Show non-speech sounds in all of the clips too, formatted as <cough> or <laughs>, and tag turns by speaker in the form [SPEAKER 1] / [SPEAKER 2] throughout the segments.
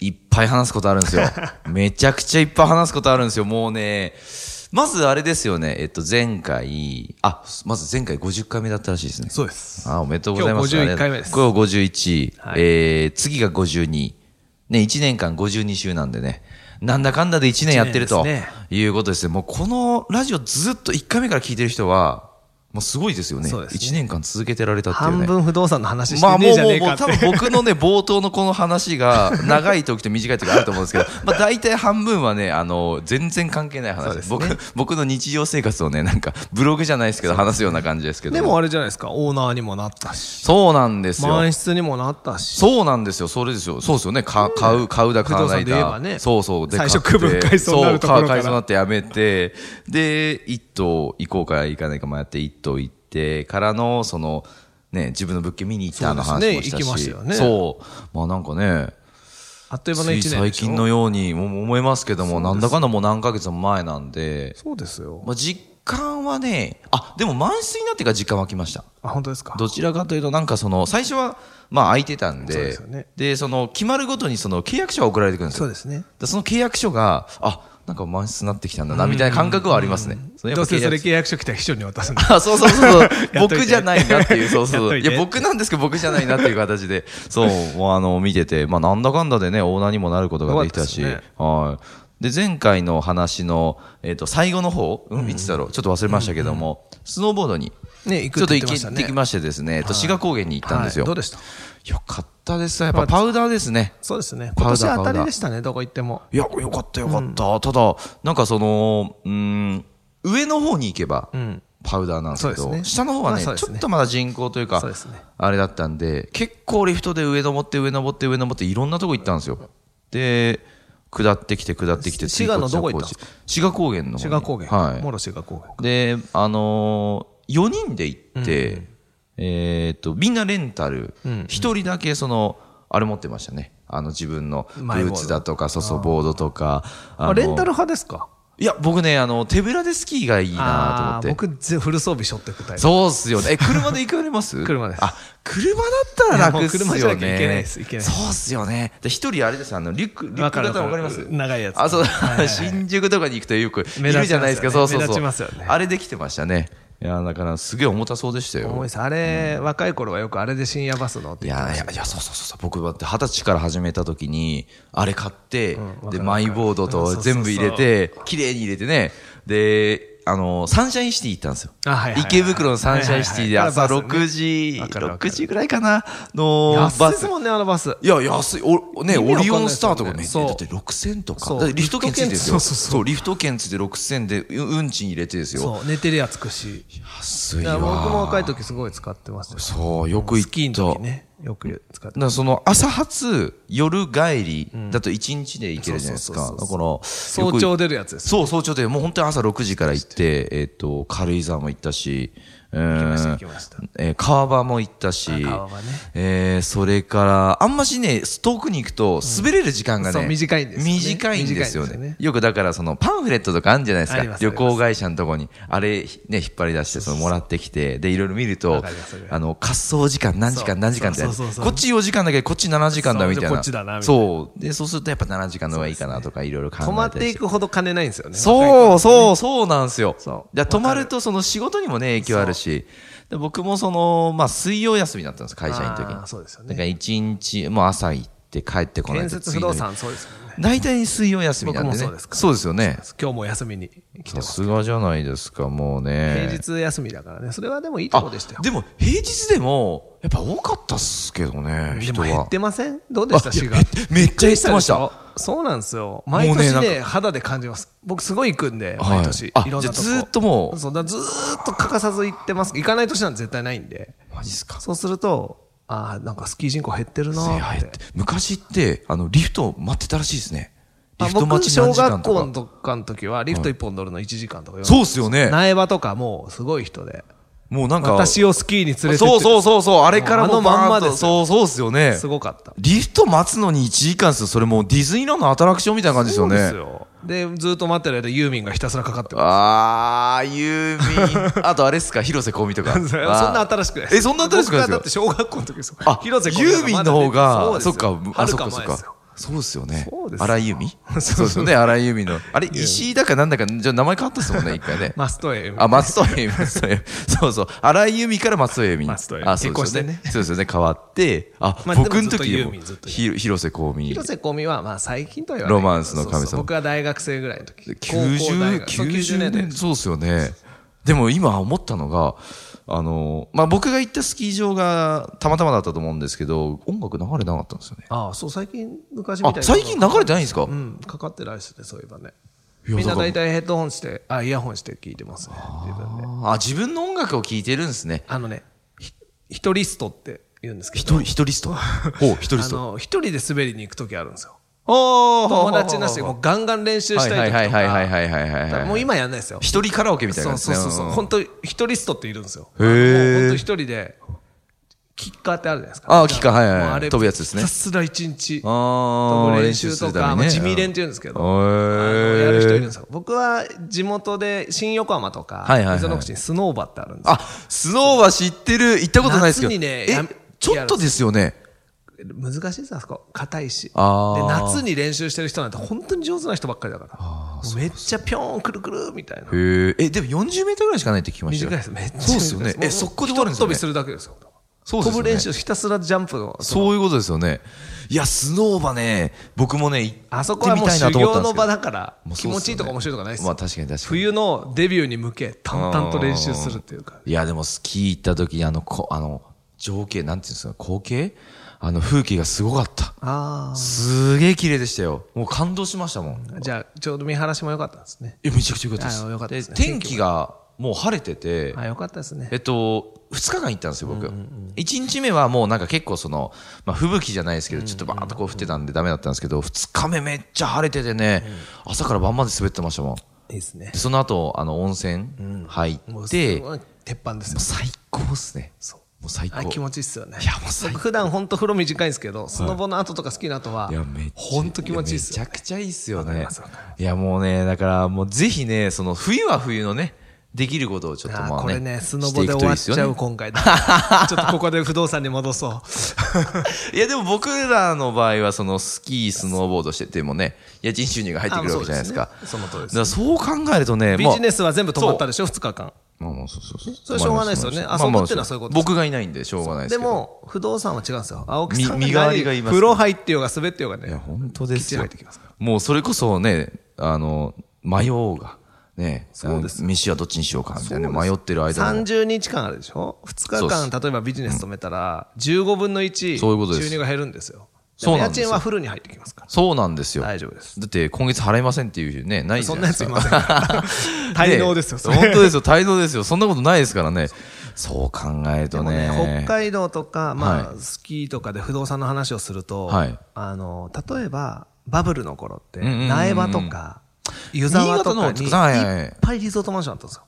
[SPEAKER 1] いっぱい話すことあるん
[SPEAKER 2] <laughs>
[SPEAKER 1] ですよ。めちゃくちゃいっぱい話すことあるんですよ。もうね、まずあれですよね、えっと、前回、あ、まず前回50回目だったらしいですね。
[SPEAKER 2] そうです。
[SPEAKER 1] あ、おめでとうございます。
[SPEAKER 2] 今日51回目です
[SPEAKER 1] 今日51、
[SPEAKER 2] はい
[SPEAKER 1] えー、次が52。ね、1年間52週なんでね。なんだかんだで1年やってると、
[SPEAKER 2] 一年です
[SPEAKER 1] いうことですね。もうこのラジオずっと1回目から聞いてる人は、もうすごいですよね。
[SPEAKER 2] そうですね
[SPEAKER 1] 1年間続けてられたっていうね。
[SPEAKER 2] 半分不動産の話し
[SPEAKER 1] まあ
[SPEAKER 2] てね
[SPEAKER 1] も
[SPEAKER 2] え
[SPEAKER 1] う
[SPEAKER 2] じゃ
[SPEAKER 1] も
[SPEAKER 2] ね
[SPEAKER 1] う
[SPEAKER 2] え
[SPEAKER 1] も
[SPEAKER 2] か
[SPEAKER 1] う多
[SPEAKER 2] っ
[SPEAKER 1] 分
[SPEAKER 2] て。
[SPEAKER 1] <laughs> 僕のね、冒頭のこの話が、 <laughs> 長い時と短い時があると思うんですけど、まあ大体半分はね、あの、全然関係ない話です。
[SPEAKER 2] そうで
[SPEAKER 1] 僕
[SPEAKER 2] すね、
[SPEAKER 1] 僕の日常生活をね、なんか、ブログじゃないですけど、話すような感じですけど。
[SPEAKER 2] でもあれじゃないですか、オーナーにもなったし、
[SPEAKER 1] そうなんですよ。
[SPEAKER 2] 満室にもなったし、
[SPEAKER 1] そうなんですよ。それですよ。そうですよね。か買う、買うだ、買わない
[SPEAKER 2] 不動産で言え
[SPEAKER 1] だ。
[SPEAKER 2] ばね
[SPEAKER 1] そうそう。で
[SPEAKER 2] 最初
[SPEAKER 1] 買って
[SPEAKER 2] 区分階層になるところから
[SPEAKER 1] そう、階層になってやめて、で、一棟行こうか行かないか迷って、一棟行って、からの、その、ね、自分の物件見に行ったあの
[SPEAKER 2] そうです
[SPEAKER 1] 話
[SPEAKER 2] ね
[SPEAKER 1] もしたし。
[SPEAKER 2] 行きましたよね
[SPEAKER 1] そう。まあなんかね、
[SPEAKER 2] あっという間の
[SPEAKER 1] つ
[SPEAKER 2] 1
[SPEAKER 1] い
[SPEAKER 2] 年でしょ
[SPEAKER 1] 最近のようにも思いますけども、なんだかんだもう何ヶ月も前なんで、
[SPEAKER 2] そうですよ。
[SPEAKER 1] まあ実感はね、あ、でも満室になってから実感湧きました。
[SPEAKER 2] あ、本当ですか
[SPEAKER 1] どちらかというと、なんかその、最初は、まあ空いてたんで、
[SPEAKER 2] そうで
[SPEAKER 1] です
[SPEAKER 2] よね
[SPEAKER 1] その、決まるごとにその契約書が送られてくるんです
[SPEAKER 2] そ
[SPEAKER 1] よ。
[SPEAKER 2] うですね。
[SPEAKER 1] でその契約書が、あ、なんか満室になってきたんだな、みたいな感覚はありますね。そのや
[SPEAKER 2] ど
[SPEAKER 1] っ
[SPEAKER 2] う
[SPEAKER 1] ぱ契約書
[SPEAKER 2] せそれ契約書来たら秘書に渡すんだ。
[SPEAKER 1] <laughs> あ、そうそうそう
[SPEAKER 2] <laughs>
[SPEAKER 1] そう
[SPEAKER 2] といて
[SPEAKER 1] 僕じゃないなっていう、そうそうそう。
[SPEAKER 2] やっとい
[SPEAKER 1] い
[SPEAKER 2] て
[SPEAKER 1] や、僕なんですけど、僕じゃないなっていう形
[SPEAKER 2] <laughs>
[SPEAKER 1] で、そう、もうあの、見てて、まあ、なんだかんだでね、オーナーにもなることができたし、
[SPEAKER 2] よかったです
[SPEAKER 1] はい。で、前回の話の、えっ、と、最後の方、うん、いつだろう、ちょっと忘れましたけども、スノーボードに、
[SPEAKER 2] ね行く
[SPEAKER 1] ちょ
[SPEAKER 2] っ
[SPEAKER 1] っと
[SPEAKER 2] て言
[SPEAKER 1] 行き行
[SPEAKER 2] ってました
[SPEAKER 1] っ
[SPEAKER 2] ね
[SPEAKER 1] てきましてですね、えっと、志賀高原に行ったんですよ。
[SPEAKER 2] はいどうでした
[SPEAKER 1] よかったです。やっぱパウダーですね。
[SPEAKER 2] そうですね。
[SPEAKER 1] パウダー
[SPEAKER 2] 今年当
[SPEAKER 1] パ
[SPEAKER 2] た
[SPEAKER 1] ウダ
[SPEAKER 2] り
[SPEAKER 1] ー
[SPEAKER 2] でしたね、どこ行っても。
[SPEAKER 1] いや、よかったよかった。ただ、なんかその、うーん、上の方に行けば、
[SPEAKER 2] うん。
[SPEAKER 1] パウダーなんですけ
[SPEAKER 2] そ
[SPEAKER 1] ど
[SPEAKER 2] うですね
[SPEAKER 1] 下の方はね,、
[SPEAKER 2] まあそうです
[SPEAKER 1] ちょ
[SPEAKER 2] ね
[SPEAKER 1] っとまだ人工というか
[SPEAKER 2] そうですね
[SPEAKER 1] あれだったんで結構リフトで上登って上登って上登っていろんなとこ行ったんですよで下ってきて下ってきて
[SPEAKER 2] 滋賀のどこ行ったんですか
[SPEAKER 1] 滋賀高原の方に
[SPEAKER 2] 志賀高原。
[SPEAKER 1] はい
[SPEAKER 2] もろ志賀高原。
[SPEAKER 1] で、あのー、4人で行って、えーっと、みんなレンタル、一、人だけその、あれ持ってましたね。あの、自分のブ
[SPEAKER 2] マイボード
[SPEAKER 1] ーツだとか、そうそう、ボードとか。あ
[SPEAKER 2] あ、
[SPEAKER 1] の
[SPEAKER 2] レンタル派ですか
[SPEAKER 1] いや、僕ね、あの、手ぶらでスキーがいいなと思
[SPEAKER 2] あ
[SPEAKER 1] っ
[SPEAKER 2] ー
[SPEAKER 1] て。
[SPEAKER 2] 僕、ぜフル装備しょってくタイプ。
[SPEAKER 1] そうっすよね。え、車で行かれます
[SPEAKER 2] <laughs> 車です
[SPEAKER 1] あ、車だったら楽っすよね。
[SPEAKER 2] いやもう車じゃなきゃいけないですいけない
[SPEAKER 1] そうっすよね。で、一人あれです、あの、リュック、リュッ
[SPEAKER 2] わ
[SPEAKER 1] ク
[SPEAKER 2] かる
[SPEAKER 1] 型わかります
[SPEAKER 2] わかる長いやつ
[SPEAKER 1] あ、そう、
[SPEAKER 2] はいはい
[SPEAKER 1] <laughs> 新宿とかに行くとよく、い
[SPEAKER 2] 目立ちますよね
[SPEAKER 1] るじゃないですか。そうそうそう。
[SPEAKER 2] 目立ちますよね
[SPEAKER 1] あれできてましたね。いや、だから、すげえ重たそうでした
[SPEAKER 2] 重い
[SPEAKER 1] よ
[SPEAKER 2] で。す。あれ、若い頃はよくあれで深夜バス乗って
[SPEAKER 1] い
[SPEAKER 2] 言って
[SPEAKER 1] や
[SPEAKER 2] ま
[SPEAKER 1] い
[SPEAKER 2] し
[SPEAKER 1] や
[SPEAKER 2] た、
[SPEAKER 1] いや、そうそうそうそう。僕だって二十歳から始めた時に、あれ買って、
[SPEAKER 2] わか
[SPEAKER 1] で、
[SPEAKER 2] る
[SPEAKER 1] マイボード
[SPEAKER 2] うんそう
[SPEAKER 1] と
[SPEAKER 2] そうそう
[SPEAKER 1] 全部入れて、綺麗に入れてね。で、あの、サンシャインシティ行ったんですよ。
[SPEAKER 2] あはいはいはい
[SPEAKER 1] 池袋のサンシャインシティで朝
[SPEAKER 2] はいはいはい
[SPEAKER 1] 6時、
[SPEAKER 2] わかるわか
[SPEAKER 1] 6
[SPEAKER 2] る
[SPEAKER 1] 時ぐらいかなの
[SPEAKER 2] 安い
[SPEAKER 1] バ
[SPEAKER 2] です
[SPEAKER 1] ス。
[SPEAKER 2] もんね、あのバス。
[SPEAKER 1] いや、安い。お、ね、
[SPEAKER 2] 意味わかんない
[SPEAKER 1] オリオンスターとかね、
[SPEAKER 2] ですよね
[SPEAKER 1] だって6000とか。
[SPEAKER 2] そう
[SPEAKER 1] だってリフト券ついてるんですよ。
[SPEAKER 2] リフト券そうそうそう
[SPEAKER 1] リフト券ついて6000で、う運賃入れてですよ。
[SPEAKER 2] そう、寝てるやつくし。
[SPEAKER 1] 安
[SPEAKER 2] い
[SPEAKER 1] いわ。
[SPEAKER 2] や僕も若い時すごい使ってましたよ。
[SPEAKER 1] そう、よく行った。
[SPEAKER 2] スキーの時ね、よく使っ
[SPEAKER 1] だ
[SPEAKER 2] て
[SPEAKER 1] か。らその朝発、夜帰りだと1日で行けるじゃないですか。
[SPEAKER 2] うん
[SPEAKER 1] だ
[SPEAKER 2] そう
[SPEAKER 1] から、よ
[SPEAKER 2] 早朝
[SPEAKER 1] く
[SPEAKER 2] 出るやつです。
[SPEAKER 1] そう、早朝で、もう本当に朝6時から行って、えっと、軽井沢も行ったし、う
[SPEAKER 2] まし
[SPEAKER 1] ー
[SPEAKER 2] た行
[SPEAKER 1] ん
[SPEAKER 2] きました
[SPEAKER 1] えー川場も行ったし、
[SPEAKER 2] あ川場ね
[SPEAKER 1] えーそれから、あんましね、遠くに行くと滑れる時間がね、
[SPEAKER 2] そう短いんですよね
[SPEAKER 1] 短いんですよ
[SPEAKER 2] 短いんです
[SPEAKER 1] ね
[SPEAKER 2] よね。
[SPEAKER 1] よくだから、そのパンフレットとかあるんじゃないです
[SPEAKER 2] あり
[SPEAKER 1] か
[SPEAKER 2] ま。す
[SPEAKER 1] 旅行会社のとこに、あれ、ね、引っ張り出して、そのもらってきて、で、いろいろ見ると
[SPEAKER 2] わかりますわかり、ます
[SPEAKER 1] あの、滑走時間何時
[SPEAKER 2] そ
[SPEAKER 1] 間
[SPEAKER 2] う
[SPEAKER 1] 何時間ってある、
[SPEAKER 2] そうそうそうそう
[SPEAKER 1] こっち4時間だけど、こっち7時間だみたい
[SPEAKER 2] そう
[SPEAKER 1] な。
[SPEAKER 2] こっちだなみたいな
[SPEAKER 1] そう。で、そうするとやっぱ7時間の方がいいかなとか、いろいろ考え
[SPEAKER 2] 止まっててい
[SPEAKER 1] りして
[SPEAKER 2] くほど金ないんですよね。
[SPEAKER 1] そうそうそうなんですよ。
[SPEAKER 2] そ
[SPEAKER 1] で泊まるとその仕事にもね、影響あるし、で僕もその、まあ水曜休みだったんです、会社員の時
[SPEAKER 2] あ
[SPEAKER 1] に。
[SPEAKER 2] ーそうですよね
[SPEAKER 1] だから一日、もう朝行って帰ってこないと
[SPEAKER 2] 建設不動。産、そうですよね。
[SPEAKER 1] 次の日大体水曜休みなんでね。
[SPEAKER 2] 僕もそうですから
[SPEAKER 1] そうですよね。
[SPEAKER 2] 今日も休みに来て
[SPEAKER 1] さ
[SPEAKER 2] ます。
[SPEAKER 1] すがじゃないですか、もうね。
[SPEAKER 2] 平日休みだからね。それはでもいいとこ
[SPEAKER 1] あ
[SPEAKER 2] でしたよ。
[SPEAKER 1] でも平日でも、やっぱ多かったっすけどね、
[SPEAKER 2] で
[SPEAKER 1] 人
[SPEAKER 2] も
[SPEAKER 1] は。
[SPEAKER 2] 減ってませんどうでした
[SPEAKER 1] あいや
[SPEAKER 2] 市が
[SPEAKER 1] 減ってめっちゃ減ってました
[SPEAKER 2] びくりでょそうなんですよ。
[SPEAKER 1] うね
[SPEAKER 2] 毎年
[SPEAKER 1] な
[SPEAKER 2] ね、肌で感じます。僕すごい行くんで、
[SPEAKER 1] はい
[SPEAKER 2] 毎年。い
[SPEAKER 1] あ、
[SPEAKER 2] ろん
[SPEAKER 1] じゃあ
[SPEAKER 2] なとこ。
[SPEAKER 1] ずーっともう、
[SPEAKER 2] そうだずーっと欠かさず行ってます。行かない年なんて絶対ないんで。
[SPEAKER 1] マジっすか。
[SPEAKER 2] そうすると、ああ、なんかスキー人口減ってるな
[SPEAKER 1] せや
[SPEAKER 2] ー
[SPEAKER 1] 入
[SPEAKER 2] っ
[SPEAKER 1] ってて。昔ってあのリフトを待ってたらしいですねリ
[SPEAKER 2] あ
[SPEAKER 1] フト
[SPEAKER 2] 僕、
[SPEAKER 1] 待ち
[SPEAKER 2] 小
[SPEAKER 1] 何時
[SPEAKER 2] 学
[SPEAKER 1] 間
[SPEAKER 2] 校
[SPEAKER 1] と
[SPEAKER 2] の
[SPEAKER 1] か。
[SPEAKER 2] とかの時は、リフト1本乗るの1時間とか、
[SPEAKER 1] そうっすよね。
[SPEAKER 2] 苗場とかもうすごい人で。
[SPEAKER 1] もうなんか、
[SPEAKER 2] 私をスキーに連れてって
[SPEAKER 1] そうそうそうそう、あれからもう
[SPEAKER 2] あのまんま
[SPEAKER 1] バーンと
[SPEAKER 2] です
[SPEAKER 1] そうそうっすよね。
[SPEAKER 2] すごかった。
[SPEAKER 1] リフト待つのに1時間っすよ。それもうディズニーランドのアトラクションみたいな感じですよね。
[SPEAKER 2] そうですよで、ずっと待ってる間、ユーミンがひたすらかかってま
[SPEAKER 1] あー、ユー
[SPEAKER 2] <laughs>
[SPEAKER 1] ミン。あとあれっすか、広瀬香美とか。
[SPEAKER 2] す。そんな新しくないです
[SPEAKER 1] えそんな新しくないですか
[SPEAKER 2] 僕がだって小学校の時ですよ。
[SPEAKER 1] あ、
[SPEAKER 2] 広瀬香美
[SPEAKER 1] ユーミンの方
[SPEAKER 2] まだ
[SPEAKER 1] が、
[SPEAKER 2] 出て
[SPEAKER 1] そ
[SPEAKER 2] る
[SPEAKER 1] っか、あ、
[SPEAKER 2] は
[SPEAKER 1] そ
[SPEAKER 2] る
[SPEAKER 1] っ
[SPEAKER 2] か
[SPEAKER 1] か、そっ
[SPEAKER 2] 前です
[SPEAKER 1] か
[SPEAKER 2] よ。。
[SPEAKER 1] そうですよね
[SPEAKER 2] <laughs> そうで。すよ
[SPEAKER 1] 荒井由美そうですよね、荒井由美の。あれ、石井だかなんだか、じゃあ名前変わったっすもんね、一回
[SPEAKER 2] <laughs>
[SPEAKER 1] ね。
[SPEAKER 2] マストエ
[SPEAKER 1] あ、松任谷由実、松任谷由実そうそう。荒井由美から松任谷由実。
[SPEAKER 2] 松任
[SPEAKER 1] あ、
[SPEAKER 2] 谷
[SPEAKER 1] そ
[SPEAKER 2] 由
[SPEAKER 1] うで
[SPEAKER 2] 実結婚
[SPEAKER 1] す
[SPEAKER 2] して
[SPEAKER 1] よ
[SPEAKER 2] ね
[SPEAKER 1] ね。そうですよね、変わって。あ、
[SPEAKER 2] まあ
[SPEAKER 1] 僕の
[SPEAKER 2] でもずっと
[SPEAKER 1] 時で
[SPEAKER 2] ユ
[SPEAKER 1] も
[SPEAKER 2] ーミンずっとユー
[SPEAKER 1] ひ広瀬香美。
[SPEAKER 2] 広瀬香美は、まあ最近とは言わないけど。
[SPEAKER 1] ロマンスの神様
[SPEAKER 2] そうそう僕が大学生ぐらいの時。高校
[SPEAKER 1] 90、
[SPEAKER 2] 大学そう90
[SPEAKER 1] 90
[SPEAKER 2] 年代
[SPEAKER 1] 年、そうですよね。でも今思ったのが、あの、まあ、僕が行ったスキー場がたまたまだったと思うんですけど、音楽流れなかったんですよね。
[SPEAKER 2] ああ、そう、最近、昔みたい
[SPEAKER 1] あ、
[SPEAKER 2] な。
[SPEAKER 1] 最近流れてないんですか
[SPEAKER 2] うん、かかってないですね、そういえばね。
[SPEAKER 1] いや
[SPEAKER 2] みんな
[SPEAKER 1] だから
[SPEAKER 2] 大体ヘッドホンして、あ、イヤホンして聞いてますね、自分で。
[SPEAKER 1] あ、自分の音楽を聴いてるんですね。
[SPEAKER 2] あのね、ひ一人ストって言うんですけど。
[SPEAKER 1] 一人、一人スト。お一人
[SPEAKER 2] あ
[SPEAKER 1] スト。
[SPEAKER 2] の、一人で滑りに行くときあるんですよ。
[SPEAKER 1] お
[SPEAKER 2] 友達なしで、もうガンガン練習したい時とか。
[SPEAKER 1] はいはいはいはいはいはいはいはい
[SPEAKER 2] もう今やんないですよ。
[SPEAKER 1] 一人カラオケみたいな
[SPEAKER 2] そ
[SPEAKER 1] 感
[SPEAKER 2] う
[SPEAKER 1] じ
[SPEAKER 2] そう
[SPEAKER 1] です
[SPEAKER 2] そう
[SPEAKER 1] ね。
[SPEAKER 2] そう。
[SPEAKER 1] ん
[SPEAKER 2] 本当に一人ストっているんですよ。
[SPEAKER 1] へー
[SPEAKER 2] あのもう本当一人で、キッカーってあるじゃないですか。
[SPEAKER 1] あーキッカーはいはいはい
[SPEAKER 2] もうあれ
[SPEAKER 1] 飛ぶやつですね
[SPEAKER 2] ひたすら一日。
[SPEAKER 1] あ
[SPEAKER 2] 飛
[SPEAKER 1] ー
[SPEAKER 2] ぶ練習とか、まあ地味練って言うんですけど、
[SPEAKER 1] へ
[SPEAKER 2] あ
[SPEAKER 1] ー
[SPEAKER 2] のやる人いるんですよ。僕は地元で新横浜とか、
[SPEAKER 1] はいはいはい
[SPEAKER 2] 溝の口にスノーバってあるんですよ
[SPEAKER 1] あ、スノーは知ってる、行ったことないですけど。
[SPEAKER 2] 夏にね
[SPEAKER 1] え
[SPEAKER 2] やめ、
[SPEAKER 1] ちょっとですよね。
[SPEAKER 2] 難しいですあそこ硬いしで
[SPEAKER 1] あー
[SPEAKER 2] 夏に練習してる人なんて本当に上手な人ばっかりだからもうめっちゃぴょんくるくるみたいな
[SPEAKER 1] へーえ、でも40メートルぐらいしかないって聞きました
[SPEAKER 2] 短い
[SPEAKER 1] よ。
[SPEAKER 2] ですめっちゃ
[SPEAKER 1] そうですよね
[SPEAKER 2] 短い。
[SPEAKER 1] え、
[SPEAKER 2] もう
[SPEAKER 1] 速攻で終わるんですよ、ね。
[SPEAKER 2] 一飛びするだけですよ
[SPEAKER 1] そうですよね
[SPEAKER 2] 飛ぶ練習ひたすらジャンプの
[SPEAKER 1] そういうことですよね。いや、スノーバね、僕もね、行ってみたい
[SPEAKER 2] あ
[SPEAKER 1] なと
[SPEAKER 2] そ
[SPEAKER 1] 思
[SPEAKER 2] こは
[SPEAKER 1] ったん
[SPEAKER 2] もう
[SPEAKER 1] です
[SPEAKER 2] 修
[SPEAKER 1] けど。
[SPEAKER 2] 行の場だから
[SPEAKER 1] もう
[SPEAKER 2] 気
[SPEAKER 1] そうっすよね
[SPEAKER 2] 持ちいいとか面白いとかないですよ
[SPEAKER 1] まあ確かに確かに。
[SPEAKER 2] 冬のデビューに向け淡々と練習するっていうか
[SPEAKER 1] いや、でもスキー行った時にあの、こあの、情景、なんていうんですか、光景あの、風景がすごかった。
[SPEAKER 2] あ
[SPEAKER 1] すげえ綺麗でしたよ。もう感動しましたもん。
[SPEAKER 2] あじゃあちょうど見晴らしも良かったんですね
[SPEAKER 1] え、めちゃくちゃ良かったです。
[SPEAKER 2] あ良かったですね
[SPEAKER 1] 天気がもう晴れてて、
[SPEAKER 2] あ良かったですね
[SPEAKER 1] えっと、2日間行ったんですよ、僕。1日目はもうなんか結構その、まあ、吹雪じゃないですけど、ちょっとバーッとこう降ってたんでダメだったんですけど、2日目めっちゃ晴れててね、朝から晩まで滑ってましたもん。
[SPEAKER 2] いいですね
[SPEAKER 1] でその後、あの、温泉入
[SPEAKER 2] もう
[SPEAKER 1] っ
[SPEAKER 2] す
[SPEAKER 1] て、もう
[SPEAKER 2] ごい鉄板ですよ
[SPEAKER 1] 最高っすね。
[SPEAKER 2] そう
[SPEAKER 1] もう最
[SPEAKER 2] あ
[SPEAKER 1] 高。
[SPEAKER 2] 気持ちいいっすよね
[SPEAKER 1] いやもう最高
[SPEAKER 2] 僕普段本当風呂短いんですけど、スノボの後とか好きな後はい
[SPEAKER 1] や、めっちゃ。
[SPEAKER 2] 本当気持ちいいっすよ
[SPEAKER 1] めちゃくちゃいいっすよ
[SPEAKER 2] わかり
[SPEAKER 1] ね
[SPEAKER 2] ますわかり。
[SPEAKER 1] いや、もうね、だから、もうぜひね、その、冬は冬のね、できることをちょっと
[SPEAKER 2] あ
[SPEAKER 1] まあね。
[SPEAKER 2] ーこれねスノ
[SPEAKER 1] して
[SPEAKER 2] ボ
[SPEAKER 1] いく
[SPEAKER 2] で
[SPEAKER 1] と
[SPEAKER 2] 終
[SPEAKER 1] いい
[SPEAKER 2] わっ
[SPEAKER 1] っす
[SPEAKER 2] ち
[SPEAKER 1] よ
[SPEAKER 2] ゃ
[SPEAKER 1] ね
[SPEAKER 2] う今回だちょっとここで不動産に戻そう
[SPEAKER 1] <laughs> いや、でも僕らの場合は、そのスキー、スノーボードしててもね、家賃収入が入ってくるわけじゃないですか。
[SPEAKER 2] あそうですねその通りです
[SPEAKER 1] だからそう考えるとね、
[SPEAKER 2] ビジネ
[SPEAKER 1] ス。
[SPEAKER 2] スは全部止まったでしょ2日間
[SPEAKER 1] まあまあ、そうそうそう。
[SPEAKER 2] それしょうがないですよね
[SPEAKER 1] まあまあ
[SPEAKER 2] 遊ぶってのはそういうことです
[SPEAKER 1] 僕がいないんで、しょうがないです
[SPEAKER 2] で
[SPEAKER 1] けど。
[SPEAKER 2] も不動産は違うんですよ青木さん
[SPEAKER 1] み身代わりがいます
[SPEAKER 2] 風呂入ってようが滑ってようが
[SPEAKER 1] いや、
[SPEAKER 2] ね
[SPEAKER 1] 本当です
[SPEAKER 2] 基地
[SPEAKER 1] よ
[SPEAKER 2] 入ってきますか。
[SPEAKER 1] もうそれこそね、あの、迷おうが、ね、
[SPEAKER 2] そうです
[SPEAKER 1] あの飯はどっちにしようか、みたいなね、迷ってる間も。
[SPEAKER 2] 30日間あるでしょ2日
[SPEAKER 1] そうで
[SPEAKER 2] 間例えばビジネス止めたら15分の1
[SPEAKER 1] そういうことです
[SPEAKER 2] 収入が減るんですよ
[SPEAKER 1] そうなんです
[SPEAKER 2] で
[SPEAKER 1] よ
[SPEAKER 2] も家賃はフルに入ってきますから
[SPEAKER 1] そうなんですよ。
[SPEAKER 2] 大丈夫です
[SPEAKER 1] だって今月払いませんっていうね、ないじゃ
[SPEAKER 2] そん
[SPEAKER 1] な
[SPEAKER 2] ないや
[SPEAKER 1] で
[SPEAKER 2] つ
[SPEAKER 1] す
[SPEAKER 2] い
[SPEAKER 1] か。
[SPEAKER 2] ませんから
[SPEAKER 1] <laughs>
[SPEAKER 2] 滞納ですよそれ
[SPEAKER 1] ね本当ですよ、滞納ですよ。そんなことないですからね。そう考えると
[SPEAKER 2] でもね
[SPEAKER 1] ね。
[SPEAKER 2] 北海道とか、まあ
[SPEAKER 1] はい
[SPEAKER 2] スキーとかで不動産の話をすると、
[SPEAKER 1] はい
[SPEAKER 2] あの例えばバブルの頃って、
[SPEAKER 1] んうんうんうん
[SPEAKER 2] 苗場とか湯沢とかに
[SPEAKER 1] 新
[SPEAKER 2] いっ
[SPEAKER 1] 潟のはいはい
[SPEAKER 2] ぱいリゾートマンションあったんですよ。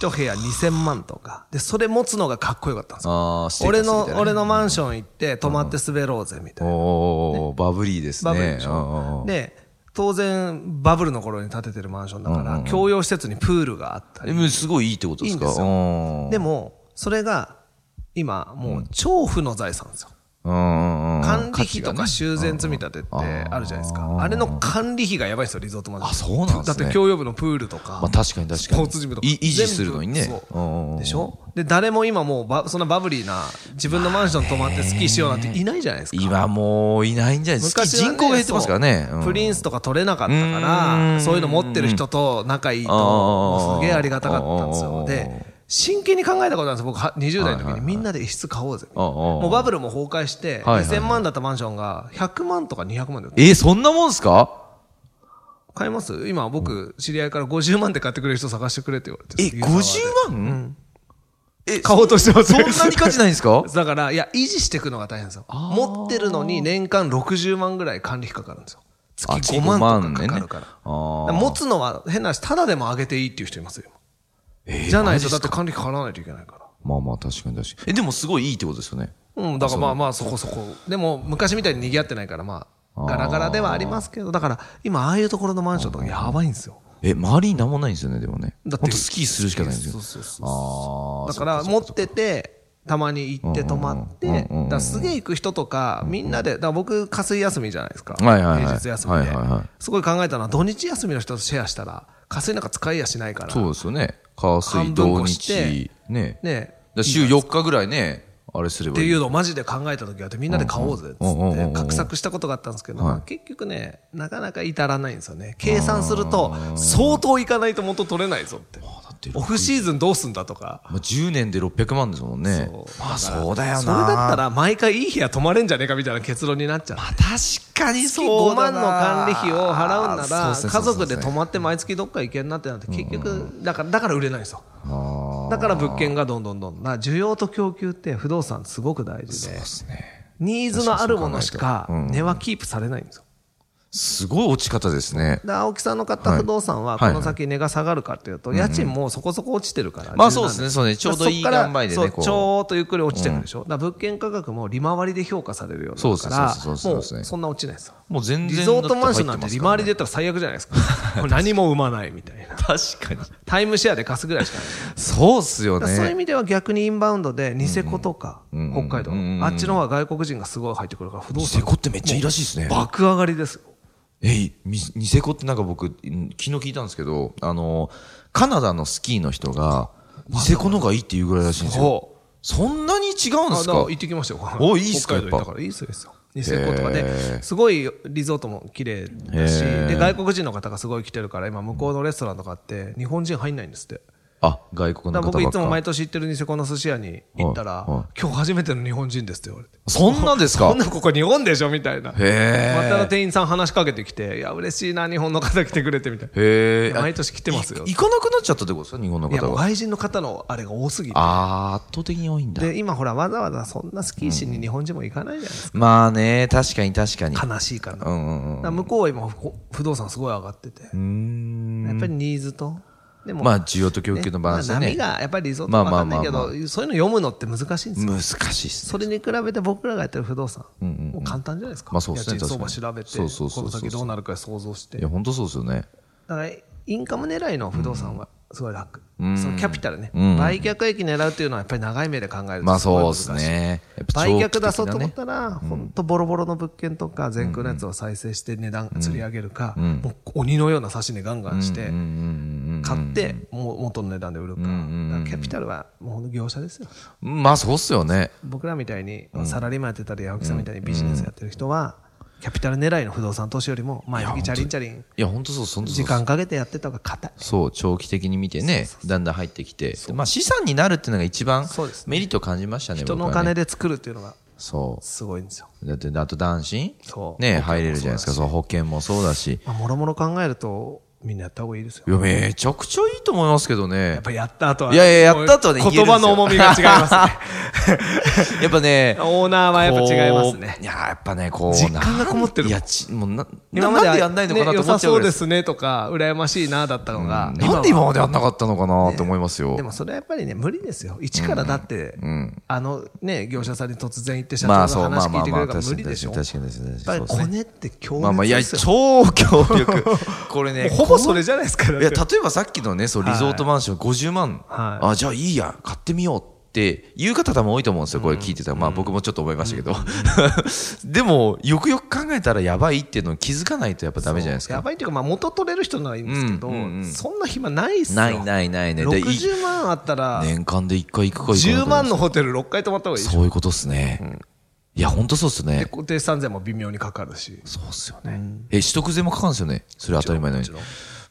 [SPEAKER 2] 一部屋2000万とかでそれ持つのがかっこよかったんですよ
[SPEAKER 1] あーステータ
[SPEAKER 2] 俺
[SPEAKER 1] スみたい
[SPEAKER 2] の
[SPEAKER 1] なね
[SPEAKER 2] 俺のマンション行って泊まって滑ろうぜみたいな
[SPEAKER 1] おー、バブリーですね。
[SPEAKER 2] バブルでし
[SPEAKER 1] うんうんう
[SPEAKER 2] ょ
[SPEAKER 1] ん
[SPEAKER 2] で当然バブルの頃に建ててるマンションだか
[SPEAKER 1] うんうん
[SPEAKER 2] ら
[SPEAKER 1] うん
[SPEAKER 2] 共用施設にプールがあったり
[SPEAKER 1] でもすごいいいってことですか
[SPEAKER 2] いいんですよ
[SPEAKER 1] うん
[SPEAKER 2] でもそれが今もう超負の財産ですよ
[SPEAKER 1] うんうんうん
[SPEAKER 2] 管理
[SPEAKER 1] 価値
[SPEAKER 2] 費
[SPEAKER 1] が
[SPEAKER 2] と
[SPEAKER 1] ね
[SPEAKER 2] か修繕積み立てってあるじゃないですか。あれの管理費がやばいですよ、リゾートマンション。
[SPEAKER 1] あそうなんですね
[SPEAKER 2] だって共用部のプールとか。
[SPEAKER 1] まあ確かに確かに
[SPEAKER 2] スポーツジムとか。
[SPEAKER 1] い維持するのにね
[SPEAKER 2] 全部
[SPEAKER 1] うんうんうん
[SPEAKER 2] そう。でしょで、誰も今もうバ、そんなバブリーな、自分のマンション泊まってスキーしようなんていないじゃないですか。
[SPEAKER 1] 今もういないんじゃないですか。
[SPEAKER 2] 昔はね
[SPEAKER 1] 人口が減ってますからね。
[SPEAKER 2] そう
[SPEAKER 1] うん
[SPEAKER 2] プリンスとか取れなかったか
[SPEAKER 1] う
[SPEAKER 2] ら
[SPEAKER 1] ん
[SPEAKER 2] そういうの持ってる人と仲いいと
[SPEAKER 1] あー
[SPEAKER 2] もうすげえありがたかったんです
[SPEAKER 1] あー
[SPEAKER 2] よで真剣に考えたことなんですよ僕は20代の時にみんなで一室買おうぜみたいな
[SPEAKER 1] あーあー
[SPEAKER 2] もうバブルも崩壊して
[SPEAKER 1] はいはいはい
[SPEAKER 2] 2000万だったマンションが100万とか200万で売って
[SPEAKER 1] えー、そんなもんすか
[SPEAKER 2] 買えます今僕知り合いから50万で買ってくれる人探してくれって言われて
[SPEAKER 1] え、
[SPEAKER 2] ユーザーは
[SPEAKER 1] 50万え、
[SPEAKER 2] 買おうとしてます
[SPEAKER 1] そんなに価値ないんですか
[SPEAKER 2] <laughs> だからいや維持していくのが大変ですよ持ってるのに年間60万ぐらい管理費かかるんですよ
[SPEAKER 1] あ
[SPEAKER 2] 月5万とかかかるから。
[SPEAKER 1] あー
[SPEAKER 2] だから持つのは変な話、ただでも上げていいっていう人いますよ。
[SPEAKER 1] えー
[SPEAKER 2] じゃない
[SPEAKER 1] マジ
[SPEAKER 2] と、
[SPEAKER 1] っ
[SPEAKER 2] だっ
[SPEAKER 1] す
[SPEAKER 2] て
[SPEAKER 1] か
[SPEAKER 2] 管理費払わないといけないから。
[SPEAKER 1] まあまあ確かに確かに。え、でもすごいいいってことですよね。
[SPEAKER 2] うん、だからまあまあそこそこ。でも昔みたいに賑わってないからま
[SPEAKER 1] あー
[SPEAKER 2] あ、ガラガラではありますけど、だから今ああいうところのマンションとかやばいんですよ。
[SPEAKER 1] え、周りに何もないんですよね、でもね。
[SPEAKER 2] だって
[SPEAKER 1] ほんとスキーするしかないんですよ。
[SPEAKER 2] そうそうそうそう
[SPEAKER 1] あ
[SPEAKER 2] だ
[SPEAKER 1] あ。
[SPEAKER 2] から持ってて、たまに行って泊まって、
[SPEAKER 1] うんうん
[SPEAKER 2] だ
[SPEAKER 1] うんうんうん
[SPEAKER 2] からすげえ行く人とか、みんなで、だから僕、火水休みじゃないですか。
[SPEAKER 1] はいはいはい
[SPEAKER 2] 平日休み
[SPEAKER 1] はい
[SPEAKER 2] で
[SPEAKER 1] はいはい。
[SPEAKER 2] すごい考えたのは、土日休みの人とシェアしたら、火水なんか使いやしないから。
[SPEAKER 1] そうですよね。火水
[SPEAKER 2] 半分
[SPEAKER 1] 土
[SPEAKER 2] こして
[SPEAKER 1] 日。ね。だか
[SPEAKER 2] ね
[SPEAKER 1] ら週4日ぐらいね、あれすれ
[SPEAKER 2] っ
[SPEAKER 1] ば
[SPEAKER 2] て
[SPEAKER 1] いい。
[SPEAKER 2] いうのをマジで考えた時があってみんなで買おうぜっつ
[SPEAKER 1] うんうんうんうんう
[SPEAKER 2] って
[SPEAKER 1] ん
[SPEAKER 2] 画策したことがあったんですけど、
[SPEAKER 1] はい
[SPEAKER 2] まあ結局ねなかなか至らないんですよね計算すると相当いかないと元取れないぞって
[SPEAKER 1] あだって
[SPEAKER 2] オフシーズンどうすんだとか
[SPEAKER 1] まあ、10年で600万ですもんね
[SPEAKER 2] そう。
[SPEAKER 1] まあそうだよな。
[SPEAKER 2] それだったら毎回いい部屋泊まれんじゃねえかみたいな結論になっちゃう
[SPEAKER 1] 確かに
[SPEAKER 2] 月
[SPEAKER 1] そうだ
[SPEAKER 2] 5万
[SPEAKER 1] な
[SPEAKER 2] の管理費を払うな
[SPEAKER 1] そう
[SPEAKER 2] ら
[SPEAKER 1] すね
[SPEAKER 2] 家族で泊
[SPEAKER 1] そう
[SPEAKER 2] まって毎月どっか行けんなってなって結局だからだから売れないんですよ
[SPEAKER 1] すねあ
[SPEAKER 2] だから物件がどんどんどんな需要と供給って不動産すごく大
[SPEAKER 1] ー
[SPEAKER 2] 事で
[SPEAKER 1] そうですね。
[SPEAKER 2] ニーズのあるものしか
[SPEAKER 1] うん
[SPEAKER 2] 値はキープされないんですよ。
[SPEAKER 1] すごい落ち方ですね。
[SPEAKER 2] だから青木さんの買った
[SPEAKER 1] はい
[SPEAKER 2] 不動産は
[SPEAKER 1] はい
[SPEAKER 2] こ
[SPEAKER 1] はい
[SPEAKER 2] の先値が下がるかというと、家賃もそこそこ落ちてるから、
[SPEAKER 1] まあ
[SPEAKER 2] 17
[SPEAKER 1] そうですねそうねちょうどいい
[SPEAKER 2] だから
[SPEAKER 1] 塩梅でね
[SPEAKER 2] そう
[SPEAKER 1] こう
[SPEAKER 2] ちょーっとゆっくり落ちてくるでしょ、だから物件価格も利回りで評価されるようになるから、
[SPEAKER 1] そうで
[SPEAKER 2] もう
[SPEAKER 1] すねそうですねそうですね
[SPEAKER 2] そんな落ちないですよ、
[SPEAKER 1] もう全
[SPEAKER 2] リ
[SPEAKER 1] 然
[SPEAKER 2] ゾートマンションなんて利回りで
[SPEAKER 1] で。
[SPEAKER 2] 言ったら最悪じゃないです
[SPEAKER 1] <laughs>
[SPEAKER 2] か、もう何も生まないみたいな、
[SPEAKER 1] 確かに。
[SPEAKER 2] タイムシェアで貸すぐらいしかない。
[SPEAKER 1] そうっすよ
[SPEAKER 2] だからそういう意
[SPEAKER 1] ね。
[SPEAKER 2] 味では逆にインバウンドで、ニセコとか、
[SPEAKER 1] んうん
[SPEAKER 2] 北海道
[SPEAKER 1] うんうんうん
[SPEAKER 2] の、あっちの方は外国人がすごい入ってくるから、不動
[SPEAKER 1] ニ
[SPEAKER 2] 産。
[SPEAKER 1] セコってめっちゃいいらしいですね。
[SPEAKER 2] 爆上がりですよ。
[SPEAKER 1] えい、みニセコってなんか僕、ん昨日聞いたんですけど、あの、カナダのスキーの人が、ニセコの方がいいって言うぐらいらしいんですよ。
[SPEAKER 2] そう。
[SPEAKER 1] そんなに違うんで
[SPEAKER 2] あ
[SPEAKER 1] す
[SPEAKER 2] だから
[SPEAKER 1] か
[SPEAKER 2] 行ってきましたよ。
[SPEAKER 1] おいいっすか
[SPEAKER 2] 北海道行ったからいいっすよ。いいっすよニセコとか
[SPEAKER 1] へ
[SPEAKER 2] で、
[SPEAKER 1] ー
[SPEAKER 2] すごいリゾートも綺麗だし、
[SPEAKER 1] へー
[SPEAKER 2] で、外国人の方がすごい来てるから、今向こうのレストランとかって、日本人入んないんですって。
[SPEAKER 1] あ、外国の
[SPEAKER 2] だ
[SPEAKER 1] 方
[SPEAKER 2] から
[SPEAKER 1] ば
[SPEAKER 2] 僕
[SPEAKER 1] っ
[SPEAKER 2] い
[SPEAKER 1] か
[SPEAKER 2] つも毎年行ってるニセコの寿司屋に行ったら、
[SPEAKER 1] はいは
[SPEAKER 2] 今日初めての日本人ですって言われて。
[SPEAKER 1] そんなですか
[SPEAKER 2] <laughs> こんなここ日本でしょみたいな。
[SPEAKER 1] へー
[SPEAKER 2] また店員さん話しかけてきて、いや、嬉しいな、日本の方来てくれてみたいな。
[SPEAKER 1] へえ。
[SPEAKER 2] 毎年来てますよ
[SPEAKER 1] い行かなくなっちゃったってことですか日本の
[SPEAKER 2] いや、も
[SPEAKER 1] 方
[SPEAKER 2] う
[SPEAKER 1] が。
[SPEAKER 2] 外人の方のあれが多すぎて。
[SPEAKER 1] あー、圧倒的に多いんだ。
[SPEAKER 2] で、今ほら、わざわざそんなスキーしに日本人も行かないじゃないですか。
[SPEAKER 1] まあね、確かに確かに。
[SPEAKER 2] 悲しいから。
[SPEAKER 1] うんうん
[SPEAKER 2] だ
[SPEAKER 1] う
[SPEAKER 2] から向こうは今ほ不動産すごい上がってて、
[SPEAKER 1] ん。うーん。
[SPEAKER 2] やっぱりニーズとでも
[SPEAKER 1] まあ需要と供給のバランスでね
[SPEAKER 2] まあ波がやっぱりリゾートわかんないけど、
[SPEAKER 1] まあまあ
[SPEAKER 2] そういうの読むのって難しいんですよ、
[SPEAKER 1] 難しいっすね。
[SPEAKER 2] それに比べて僕らがやってる不動産、もう簡単じゃないですか、
[SPEAKER 1] まあそうですね
[SPEAKER 2] 家賃相場
[SPEAKER 1] 確かに
[SPEAKER 2] 調べて
[SPEAKER 1] そうそうそうそう
[SPEAKER 2] この先どうなるか想像して
[SPEAKER 1] いや、本当そうですよね。
[SPEAKER 2] だからインカム狙いの不動産はすごい楽、そのキャピタルね、
[SPEAKER 1] うん
[SPEAKER 2] 売却益狙うっていうのはやっぱり長い目で考えると
[SPEAKER 1] まあ
[SPEAKER 2] ごい
[SPEAKER 1] そう
[SPEAKER 2] 難
[SPEAKER 1] で
[SPEAKER 2] しい
[SPEAKER 1] すね。やっぱ
[SPEAKER 2] 売
[SPEAKER 1] 長期
[SPEAKER 2] 却
[SPEAKER 1] 的
[SPEAKER 2] 出そう
[SPEAKER 1] な
[SPEAKER 2] と思っ
[SPEAKER 1] ね
[SPEAKER 2] たら、本当ボロボロの物件とか、全空のやつを再生して値段釣り上げるか、もう鬼のような差し値ガンガンして、買って、もう元の値段で売るか。だからキャピタルはもうほんと業者ですよ。
[SPEAKER 1] まあそうっすよね。
[SPEAKER 2] 僕らみたいに、サラリーマンやってたり、青木さんみたいにビジネスやってる人は、キャピタル狙いの不動産投資よりも、毎日チャリンチャリン、
[SPEAKER 1] いや、本当そう、そん
[SPEAKER 2] 時間かけてやってた方が硬い。
[SPEAKER 1] そう、長期的に見てね、だんだん入ってきて、でまあ資産になるっていうのが一番
[SPEAKER 2] そうですね
[SPEAKER 1] メリットを感じましたね、
[SPEAKER 2] 人のお
[SPEAKER 1] 僕はね
[SPEAKER 2] 金で作るっていうのが
[SPEAKER 1] そ
[SPEAKER 2] すごいんですよ。
[SPEAKER 1] う。だって、あと男子
[SPEAKER 2] そう
[SPEAKER 1] ね、入れるじゃないですか、そう、保険もそうだし。
[SPEAKER 2] まあ、もろもろ考えると、みんなやった方がいいですよ
[SPEAKER 1] い。や、めちゃくちゃいいと思いますけどね。や
[SPEAKER 2] やっぱやった後は、
[SPEAKER 1] いやいややった後はね
[SPEAKER 2] 言葉の重みが違います <laughs> ね。
[SPEAKER 1] <laughs> やっぱね、
[SPEAKER 2] オーナーはやっぱ違いますね
[SPEAKER 1] こう。いや、やっぱね、こう。
[SPEAKER 2] 実感がこもってるもん
[SPEAKER 1] いや、ちもうな、ななんでやんないのかなと
[SPEAKER 2] ね良
[SPEAKER 1] 思
[SPEAKER 2] さ
[SPEAKER 1] っちゃう
[SPEAKER 2] そ
[SPEAKER 1] ぐ
[SPEAKER 2] <laughs> う
[SPEAKER 1] らい
[SPEAKER 2] ですねとか、羨ましいなだったのが、
[SPEAKER 1] うんなんで今までやんなかったのかなと思いますよ。
[SPEAKER 2] でもそれはやっぱりね、無理ですよ。一からだって、あのね、業者さんに突然行って社長
[SPEAKER 1] ま
[SPEAKER 2] が
[SPEAKER 1] あそう、ま
[SPEAKER 2] 話
[SPEAKER 1] あま
[SPEAKER 2] 聞い
[SPEAKER 1] あ
[SPEAKER 2] てく
[SPEAKER 1] ま
[SPEAKER 2] れ
[SPEAKER 1] あ、
[SPEAKER 2] るから
[SPEAKER 1] 確か
[SPEAKER 2] 無
[SPEAKER 1] に
[SPEAKER 2] 理でしょ。
[SPEAKER 1] 確
[SPEAKER 2] や
[SPEAKER 1] か
[SPEAKER 2] っ
[SPEAKER 1] に確かに確か
[SPEAKER 2] ぱ
[SPEAKER 1] に。
[SPEAKER 2] りコ
[SPEAKER 1] そうですね
[SPEAKER 2] ネって強
[SPEAKER 1] まあまあ、い
[SPEAKER 2] 烈
[SPEAKER 1] や、
[SPEAKER 2] ですよ。
[SPEAKER 1] 超強
[SPEAKER 2] <laughs>
[SPEAKER 1] 力。これね、
[SPEAKER 2] ほぼそれじゃないですか。だっ
[SPEAKER 1] い
[SPEAKER 2] て
[SPEAKER 1] や、例えばさっきのね、そう、リゾートマンション50万、
[SPEAKER 2] はい
[SPEAKER 1] あ、じゃあいいや、買ってみようって言う方多分多いと思うんですよ、これ聞いてたら。まあ僕もちょっと思いましたけど。 <laughs> でも、よくよく考えたらやばいっていうのを気づかないとやっぱダメじゃないです
[SPEAKER 2] や
[SPEAKER 1] か。
[SPEAKER 2] ばいっていうか、まあ元取れる人ならいいんですけど、
[SPEAKER 1] うんうんうん
[SPEAKER 2] そんな暇ないっすよ。
[SPEAKER 1] ないないないね。でい
[SPEAKER 2] 60万あったら、
[SPEAKER 1] 年間で1回行くか行かない
[SPEAKER 2] 10
[SPEAKER 1] かなん
[SPEAKER 2] 万のホテル6回泊まった方がいいでしょ
[SPEAKER 1] そういうことっすね。いや、ほんとそうっす
[SPEAKER 2] で
[SPEAKER 1] ね。
[SPEAKER 2] 固定資産税も微妙にかかるし。
[SPEAKER 1] そうっすよね。え、取得税もかかるんですよね。それ当たり前のように。
[SPEAKER 2] もち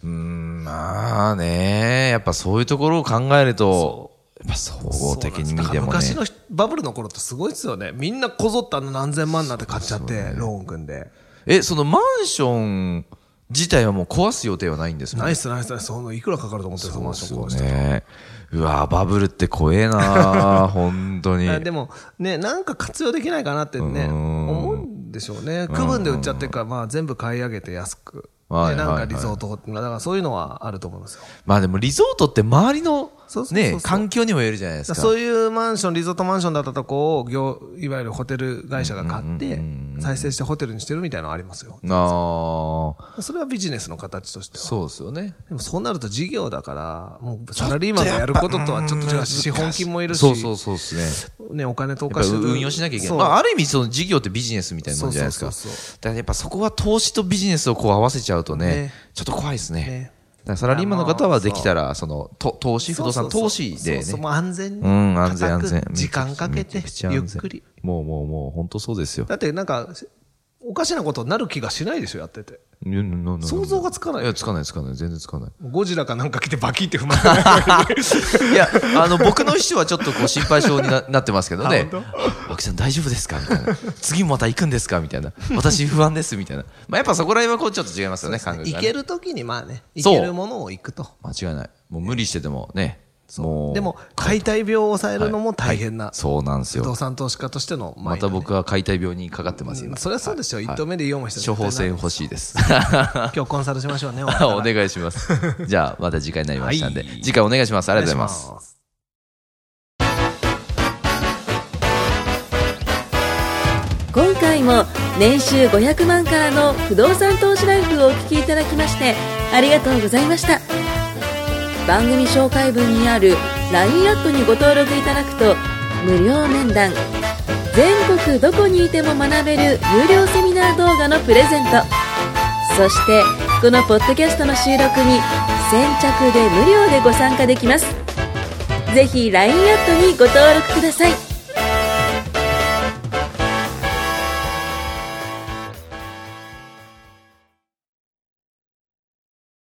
[SPEAKER 1] うーん、まあね、やっぱそういうところを考えると、やっぱ総合的に見てもね
[SPEAKER 2] 昔。のバブルの頃ってすごいですよね。みんなこぞったの何千万なんて買っちゃって、ローン組んで。
[SPEAKER 1] え、そのマンション自体はもう壊す予定はないんですもん
[SPEAKER 2] ナイスナイスナイス。そのいくらかかると思ってるそのマンション
[SPEAKER 1] そう
[SPEAKER 2] 壊
[SPEAKER 1] で
[SPEAKER 2] し
[SPEAKER 1] す
[SPEAKER 2] て
[SPEAKER 1] よね。うわバブルって怖え
[SPEAKER 2] <laughs>
[SPEAKER 1] な本当に。
[SPEAKER 2] あでも、ね、なんか活用できないかなってね、
[SPEAKER 1] うん
[SPEAKER 2] 思うんんでしょうね。区分で売っちゃってるから、まあ全部買い上げて安く。
[SPEAKER 1] はい
[SPEAKER 2] で、なん
[SPEAKER 1] はいは
[SPEAKER 2] か
[SPEAKER 1] い
[SPEAKER 2] リゾート、だからそういうのはあると思いますよ。
[SPEAKER 1] まあでもリゾートって周りの
[SPEAKER 2] そうそうそうそう
[SPEAKER 1] ね、環境にもよるじゃないですか。
[SPEAKER 2] そういうマンション、リゾートマンションだったとこを、業いわゆるホテル会社が買って、再生してホテルにしてるみたいなのありますよ。
[SPEAKER 1] ああ、
[SPEAKER 2] それはビジネスの形としては。
[SPEAKER 1] そうですよね。
[SPEAKER 2] でもそうなると事業だから、もうサラリーマンがやることとはちょっと違うし、資本金もいるし、
[SPEAKER 1] そうそうそうですね。
[SPEAKER 2] ね、お金投
[SPEAKER 1] や
[SPEAKER 2] 下
[SPEAKER 1] っ
[SPEAKER 2] し
[SPEAKER 1] ぱ
[SPEAKER 2] て
[SPEAKER 1] 運用しなきゃいけない、
[SPEAKER 2] そう
[SPEAKER 1] まあ、ある意味その事業ってビジネスみたいなもんじゃないですか
[SPEAKER 2] そうそうそうそ
[SPEAKER 1] だからやっぱそこは投資とビジネスをこう合わせちゃうとね
[SPEAKER 2] ね
[SPEAKER 1] ちょっと怖いですね
[SPEAKER 2] ね
[SPEAKER 1] だからサラリーマンの方はできたらそのと投資不動産投資でね
[SPEAKER 2] そうそうそうもう安全に。
[SPEAKER 1] うん安全安
[SPEAKER 2] 固く
[SPEAKER 1] 全
[SPEAKER 2] 時間かけて
[SPEAKER 1] めちゃ、くちゃ
[SPEAKER 2] ゆっ
[SPEAKER 1] 安全
[SPEAKER 2] くり。
[SPEAKER 1] もうもうもう本当そうですよ
[SPEAKER 2] だってなんか、おかしなことになる気がしないでしょ、やってて。
[SPEAKER 1] うんうんうんうん
[SPEAKER 2] 想像がつかない
[SPEAKER 1] いやつかないつかない全然つかない
[SPEAKER 2] ゴジラかなんか来てバキって踏まれる。
[SPEAKER 1] いや、あの、僕の秘書はちょっとこう心配性にななってますけどね
[SPEAKER 2] あ本。
[SPEAKER 1] 脇さん大丈夫ですかみたいな。次もまた行くんですかみたいな。私不安ですみたいな。まあ、やっぱそこら辺はこうちょっと違いますよね、感覚
[SPEAKER 2] 行
[SPEAKER 1] が、ね。
[SPEAKER 2] ける時にまあね、行
[SPEAKER 1] そう
[SPEAKER 2] けるものを行くと。
[SPEAKER 1] 間違いない。もう無理しててもね。もう。
[SPEAKER 2] でも、解体病を抑え
[SPEAKER 1] はい、
[SPEAKER 2] るのも大変
[SPEAKER 1] は。
[SPEAKER 2] ない
[SPEAKER 1] そうなんです
[SPEAKER 2] 不動
[SPEAKER 1] よ。
[SPEAKER 2] 産投資家としての、
[SPEAKER 1] また僕は解体病にかかってます、今。
[SPEAKER 2] そりゃそうでしょ。一投目で4もしたら
[SPEAKER 1] 処方箋欲しいです。
[SPEAKER 2] <laughs> 今日コンサルしましょうね。お
[SPEAKER 1] <laughs> お願いします。じゃあ、また次回になりましたんで、
[SPEAKER 2] はい
[SPEAKER 1] 次回お願いします。ありがとうございます。
[SPEAKER 2] す。
[SPEAKER 3] 今回も年収500万からの不動産投資ライフをお聞きいただきましてありがとうございました番組紹介文にある LINE アットにご登録いただくと無料面談全国どこにいても学べる有料セミナー動画のプレゼントそしてこのポッドキャストの収録に先着で無料でご参加できますぜひ LINE アットにご登録ください